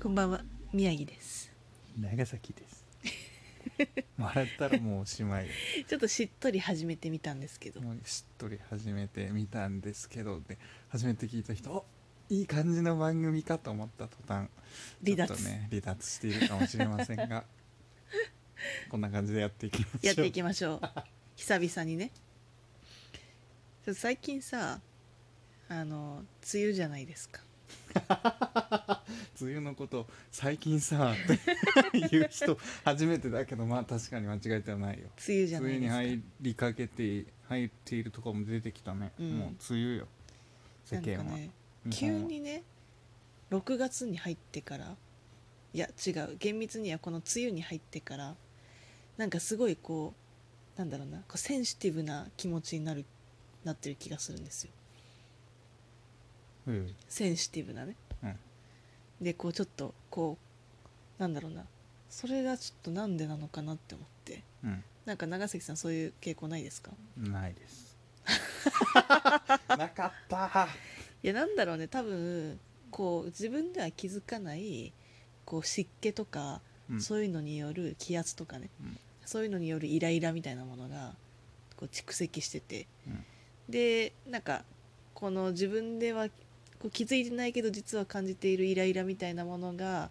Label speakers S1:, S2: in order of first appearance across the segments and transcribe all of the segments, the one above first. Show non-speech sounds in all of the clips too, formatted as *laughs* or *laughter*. S1: こんばんは宮城です
S2: 長崎です *laughs* 笑ったらもうおしまい
S1: ちょっとしっとり始めてみたんですけど
S2: もうしっとり始めてみたんですけどで初めて聞いた人おいい感じの番組かと思った途端
S1: 離脱
S2: ちょっとね離脱しているかもしれません
S1: *laughs*
S2: がこんな感じでやっていきましょう
S1: やっていきましょう *laughs* 久々にねちょっと最近さあの梅雨じゃないですか
S2: 梅雨のこと最近さって言う人初めてだけどまあ確かに間違えてはないよ
S1: 梅雨じ
S2: 梅
S1: ゃな
S2: 雨
S1: い
S2: に
S1: ですか
S2: 入りかけて入っているとこも出てきたね、
S1: うん
S2: もう梅雨よ世
S1: なんか
S2: 間は、
S1: ね
S2: 日
S1: 急
S2: 本は
S1: にね6月に入ってからいや違う厳密にはこの梅雨に入ってからなんかすごいこうなんだろうなこうセンシティブな気持ちになるなってる気がするんですよ
S2: うん
S1: センシティブなね、
S2: うん
S1: でこうちょっとこうなんだろうなそれがちょっとなんでなのかなって思ってなんか長崎さんそういう傾向ないですか
S2: うんないですなかった
S1: いやなんだろうね多分こう自分では気づかないこう湿気とか
S2: うん
S1: そういうのによる気圧とかね、
S2: うん
S1: そういうのによるイライラみたいなものがこう蓄積してて、
S2: うん
S1: でなんかこの自分ではこう気づいてないけど実は感じているイライラみたいなものが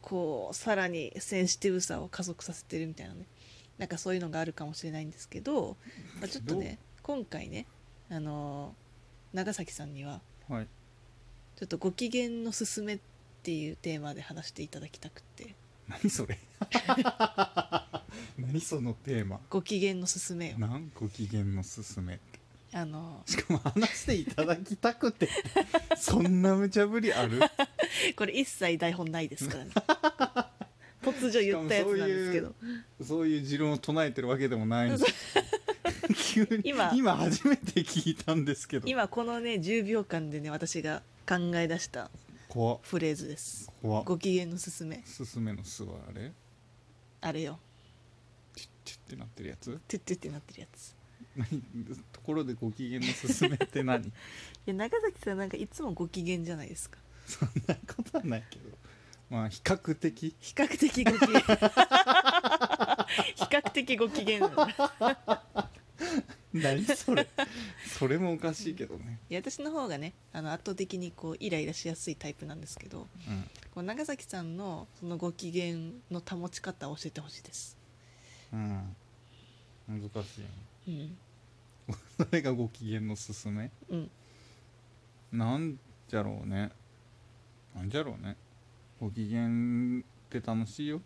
S1: こうさらにセンシティブさを加速させてるみたいなねなんかそういうのがあるかもしれないんですけど、まあ、ちょっとね今回ねあのー長崎さんには
S2: はい
S1: ちょっとご機嫌のすすめっていうテーマで話していただきたくて
S2: 何そ *laughs* れ何そのテーマ
S1: ご機嫌のすすめよ
S2: 何ご機嫌のすすめって
S1: あの
S2: しかも話していただきたく *laughs* てそんな無茶ぶりある
S1: これ一切台本ないです
S2: *laughs*
S1: からね突如言ったやつなんですけど
S2: そういう持論を唱えてるわけでもないんです急に
S1: 今
S2: 今初めて聞いたんですけど
S1: 今このね10秒間でね私が考え出した
S2: 怖っ
S1: フレーズです
S2: 怖っ
S1: ご機嫌のすすめ
S2: すすめのすはあれ
S1: あれよ
S2: チュッチュッってなってるやつ
S1: トゥットゥってなってるやつ
S2: 何ところでご機嫌のすすめって何
S1: いや長崎さんなんかいつもご機嫌じゃないですか
S2: そんなことはないけどまあ比較的
S1: 比較的ご
S2: *laughs*
S1: 機嫌比較的ご機嫌なのい
S2: 何そ *laughs* れそれもおかしいけどね、
S1: や私の方がねあの圧倒的にこうイライラしやすいタイプなんですけど
S2: うん
S1: こう長崎さんのそのご機嫌の保ち方を教えてほしいです、
S2: うん、難しい
S1: うん
S2: それがご機嫌のすすめ
S1: うん、
S2: なんじゃろうねなんじゃろうねご機嫌って楽しい *laughs* よ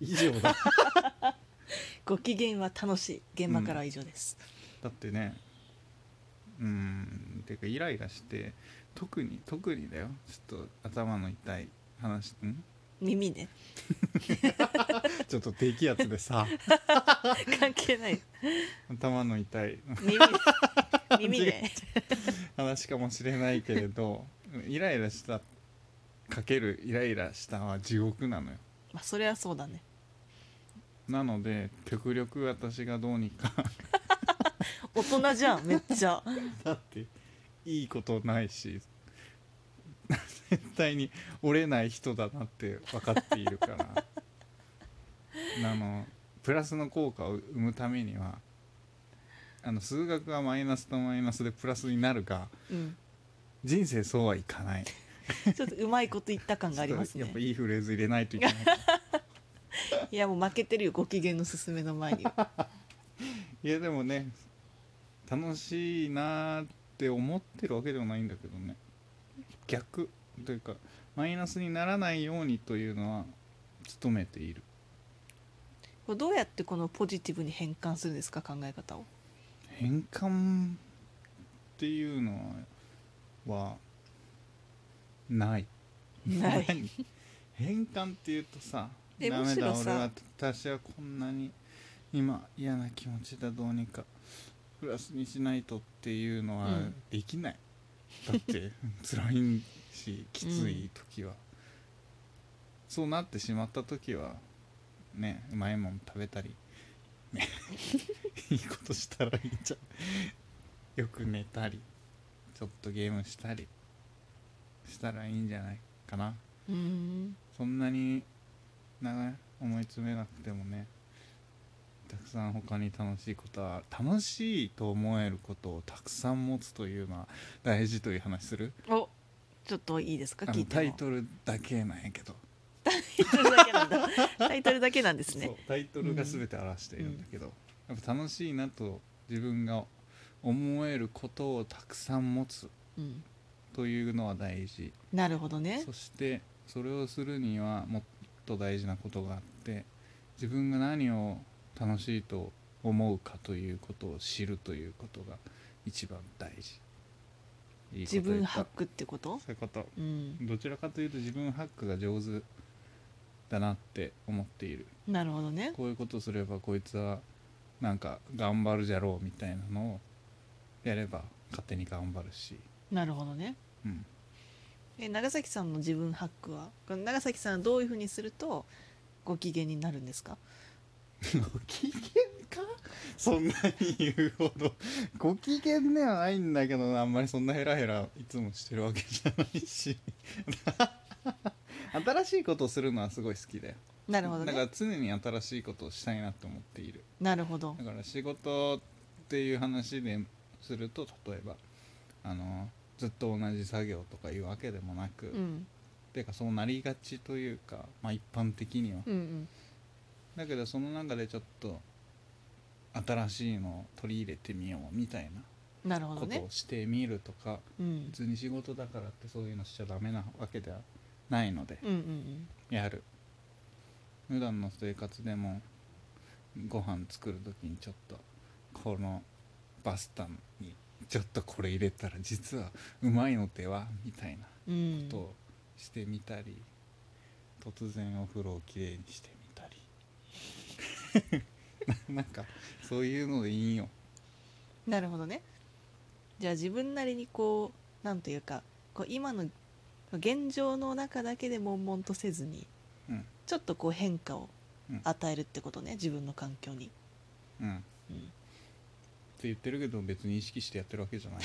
S2: 以上だ
S1: ご機嫌は楽しい現場からは以上です、
S2: だってねうんてかイライラして特に特にだよちょっと頭の痛い話 *laughs* ん
S1: 耳ね
S2: ちょっと低気圧でさ
S1: *laughs* 関係ない
S2: 頭の痛い
S1: 耳 *laughs* 耳ね
S2: 話かもしれないけれどイライラしたかけるイライラしたは地獄なのよ
S1: まあそれはそうだね
S2: なので極力私がどうにか
S1: 大人じゃんめっち *laughs* ゃ
S2: だっていいことないし絶対に折れない人だなって分かっているからあのプラスの効果を生むためにはあの数学はマイナスとマイナスでプラスになるが
S1: うん
S2: 人生そうはいかない
S1: ちょっとうまいこと言った感があります
S2: ちょっ
S1: ね
S2: とやっぱいいフレーズ入れないといけない
S1: いやもう負けてるよご機嫌のすすめの前に *laughs* は
S2: いやでもね楽しいなーって思ってるわけではないんだけどね逆というかマイナスにならないようにというのは努めている
S1: これどうやってこのポジティブに変換するんですか考え方を
S2: 変換っていうのははない
S1: ない
S2: 何変換っていうとさ
S1: え
S2: ダ
S1: む
S2: メ
S1: し
S2: だ
S1: ろさ
S2: 俺は私はこんなに今嫌な気持ちだどうにかプラスにしないとっていうのは
S1: うん
S2: できない、だって
S1: *laughs*
S2: 辛いしきつい時は、そうなってしまった時はねうまいもん食べたり、ね、 *laughs* いいことしたらいいじゃんよく寝たりちょっとゲームしたりしたらいいんじゃないかな
S1: うん
S2: そんなに長い思い詰めなくてもねたくさん他に楽しいことは楽しいと思えることをたくさん持つというのは大事という話する
S1: おちょっといいですか
S2: あ
S1: 聞
S2: の
S1: いても
S2: タイトルだけなんやけど、
S1: タイトルだけなんだ *laughs* タイトルだけなんです
S2: そう
S1: ね
S2: タイトルが全て表しているんだけど、やっぱ楽しいなと自分が思えることをたくさん持つ
S1: うん
S2: というのは大事
S1: なるほどね
S2: そしてそれをするにはもっと大事なことがあって自分が何を楽しいと思うかということを知るということが一番大事いいこと
S1: 自
S2: 言
S1: 分
S2: った
S1: ハックってこと
S2: そういうこと
S1: うん
S2: どちらかというと自分ハックが上手だなって思っている
S1: なるほどね
S2: *laughs* こういうことすればこいつはなんか頑張るじゃろうみたいなのをやれば勝手に頑張るし、
S1: なるほどね
S2: うん、
S1: え長崎さんの自分ハックはこの長崎さんはどういうふうにするとご機嫌になるんですか
S2: ご機嫌かそんなに言うほどご機嫌ではないんだけどなあんまりそんなヘラヘラいつもしてるわけじゃないし *laughs* 新しいことをするのはすごい好きだよ
S1: なるほど
S2: だか
S1: ね
S2: ら常に新しいことをしたいなと思っている
S1: なるほど
S2: だから仕事っていう話ですると例えばあのずっと同じ作業とかいうわけでもなく、
S1: う
S2: っ
S1: ん
S2: ていうかそうなりがちというか、まあ、一般的には、
S1: うんうん
S2: だけどその中でちょっと新しいのを取り入れてみようみたい
S1: なるほど
S2: なこと
S1: ね
S2: をしてみるとか、
S1: うん
S2: 別に仕事だからってそういうのしちゃダメなわけではないので
S1: うんうんうん
S2: やる普段の生活でもご飯作る時にちょっとこのパスタにちょっとこれ入れたら実はうまいのではみたいな
S1: うん
S2: ことをしてみたり、突然お風呂をきれいにしてみたり *laughs* なんかそういうのでいいよ
S1: なるほどねじゃあ自分なりにこうなんというかこう今の現状の中だけで悶々とせずに
S2: うん
S1: ちょっとこう変化を
S2: うん
S1: 与えるってことね、自分の環境に、
S2: うんっ
S1: うん
S2: て言ってるけど別に意識してやってるわけじゃな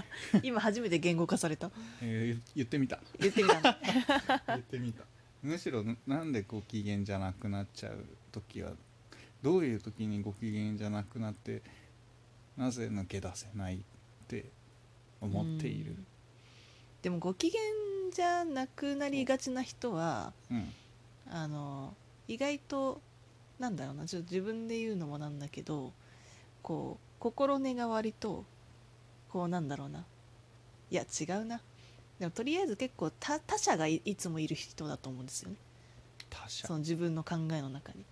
S2: い、
S1: 今初めて言語化された
S2: えー言ってみた
S1: 言ってみたの
S2: 言ってみたむしろななんでご機嫌じゃなくなっちゃう時はどういう時にご機嫌じゃなくなってなぜ抜け出せないって思っている
S1: うんでもご機嫌じゃなくなりがちな人は
S2: うん
S1: あの意外となんだろうなちょっと自分で言うのもなんだけどこう心根が割とこうなんだろうないや違うなでもとりあえず結構他他者がいいつもいる人だと思うんですよね
S2: 他者
S1: その自分の考えの中に。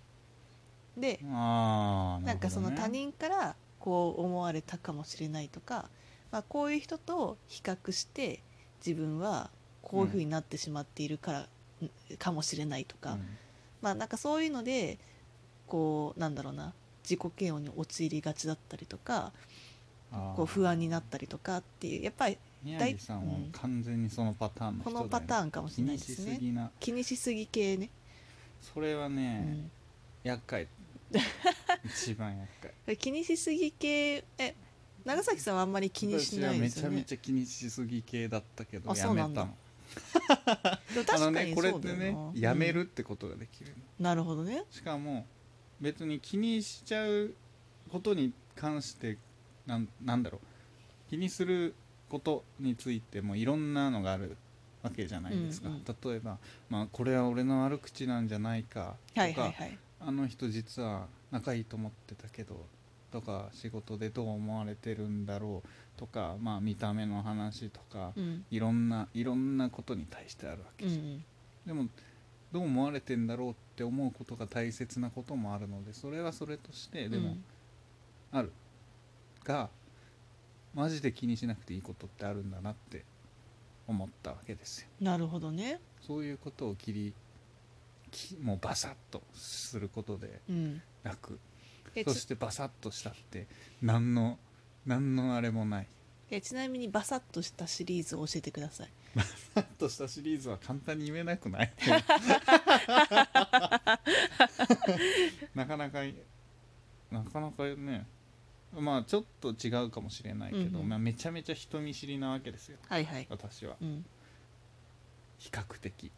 S1: で
S2: ああ
S1: なんかその他人からこう思われたかもしれないとか、まあ、こういう人と比較して自分はこういうふうになってしまっているから、んかもしれないとか、まあなんかそういうのでこうなんだろうな自己嫌悪に陥りがちだったりとかこう不安になったりとかっていうやっぱり
S2: 宮城さんは
S1: うん
S2: 完全にそのパターンの
S1: こ
S2: 人だよ
S1: のパターンかもし
S2: 気
S1: れない
S2: に
S1: で
S2: し
S1: す
S2: す
S1: ね
S2: ぎな
S1: 気にしすぎ系ね、
S2: それは
S1: う
S2: ね、
S1: ん
S2: 厄介
S1: *laughs*
S2: 一番厄介
S1: 気にしすぎ系え長崎さんはあんまり気にしないです
S2: 私は
S1: よ
S2: めちゃめ
S1: ね
S2: ちゃ気にしすぎ系だったけど
S1: あ
S2: や
S1: そう
S2: め
S1: な
S2: た
S1: んだ
S2: の
S1: でも
S2: あ
S1: 確か
S2: のね
S1: に
S2: これっ
S1: そうだ
S2: て
S1: よな
S2: ね
S1: うん
S2: やめるってことができるの、
S1: なるほどね
S2: しかも別に気にしちゃうことに関してなんなんだろう気にすることについてもいろんなのがあるわけじゃないですか、
S1: うんうん
S2: 例えば、まあ、これは俺の悪口なんじゃないかとか、
S1: はいはいはい
S2: あの人実は仲いいと思ってたけどとか仕事でどう思われてるんだろうとか、まあ、見た目の話とか、
S1: うん
S2: いろんないろんなことに対してあるわけ
S1: う
S2: じゃん
S1: ん
S2: でもどう思われてんだろうって思うことが大切なこともあるのでそれはそれとして
S1: うん
S2: でもある、がマジで気にしなくていいことってあるんだなって思ったわけですよ
S1: なるほどね
S2: そういうことを切りきもうバサッとすることで
S1: うん
S2: 楽
S1: え
S2: そ
S1: ち
S2: してバサッとしたって何の何のあれもない
S1: えちなみにバサッとしたシリーズを教えてください
S2: パッとしたシリーズは簡単に言えなくない
S1: *laughs*
S2: なかなかなかなかねまあちょっと違うかもしれないけど、
S1: うんうん
S2: まあ、めちゃめちゃ人見知りなわけですよ
S1: はいはい
S2: 私は
S1: うん
S2: 比較的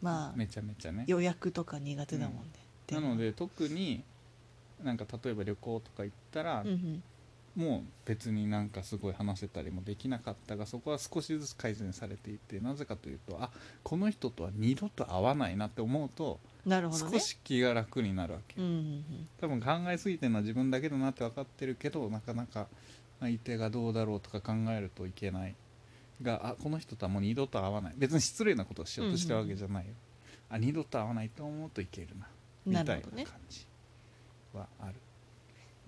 S1: まあ
S2: めちゃめちゃね
S1: 予約とか苦手だもんね、
S2: なので特になんか例えば旅行とか行ったら、
S1: うんうん
S2: もう別になんかすごい話せたりもできなかったがそこは少しずつ改善されていてなぜかというとあこの人とは二度と会わないなって思うと
S1: なるほどね
S2: 少し気が楽になるわけ、
S1: うんうん
S2: 多分考えすぎてるのは自分だけだなって分かってるけどなかなか相手がどうだろうとか考えるといけないがあこの人とはもう二度と会わない別に失礼なことをしようとしてるわけじゃないよ、あ二度と会わないと思うといけるな
S1: うん
S2: み
S1: な
S2: たい
S1: る
S2: な
S1: ほ
S2: 感
S1: どね
S2: じはある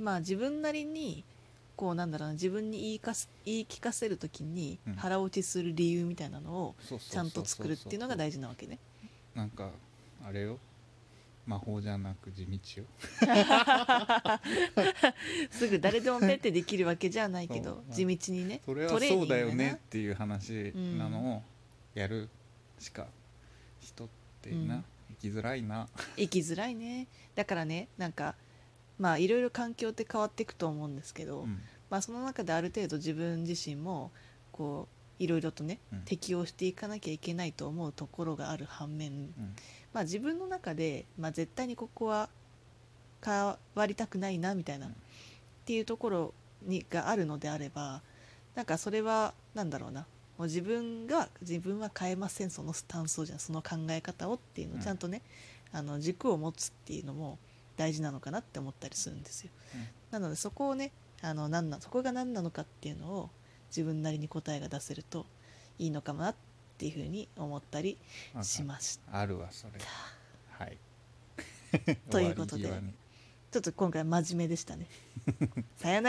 S1: まあ自分なりにこうなんだろうな自分に言いかす言い聞かせるときに
S2: うん
S1: 腹落ちする理由みたいなのを
S2: そうそう
S1: ちゃんと作るっていうのが
S2: 事
S1: 大事なわけね
S2: なんかあれよ魔法じゃなく地道よ
S1: すぐ誰でもペッてできるわけじゃないけ
S2: そう
S1: ど
S2: まあ
S1: 地道にね
S2: それは
S1: トレー
S2: そ
S1: ニ
S2: う
S1: ング
S2: だ
S1: やな
S2: よねっていう話なのをやるしか人ってな、
S1: うん
S2: 生きづらいな
S1: 生きづらいねだからねなんかまあいろいろ環境って変わっていくと思うんですけど、
S2: うん
S1: まあ、その中である程度自分自身もこういろいろとね、
S2: うん
S1: 適応していかなきゃいけないと思うところがある反面、
S2: うん
S1: まあ、自分の中で、まあ、絶対にここは変わりたくないなみたいな、
S2: うん
S1: っていうところにがあるのであればなんかそれはなんだろうなもう自分が自分は変えませんそのスタンスをじゃその考え方をっていうの
S2: う
S1: を
S2: ん
S1: ちゃんとね、あの軸を持つっていうのも大事なのかなって思ったりするんですよ。
S2: うん
S1: なのでそこをねあの何なそこが何なのかっていうのを自分なりに答えが出せるといいのかなっていうふうに思ったり
S2: なんか
S1: しました。
S2: あるわそれはい
S1: *laughs* ということで
S2: 終わり際に
S1: ちょっと今回真面目でしたね。さよなら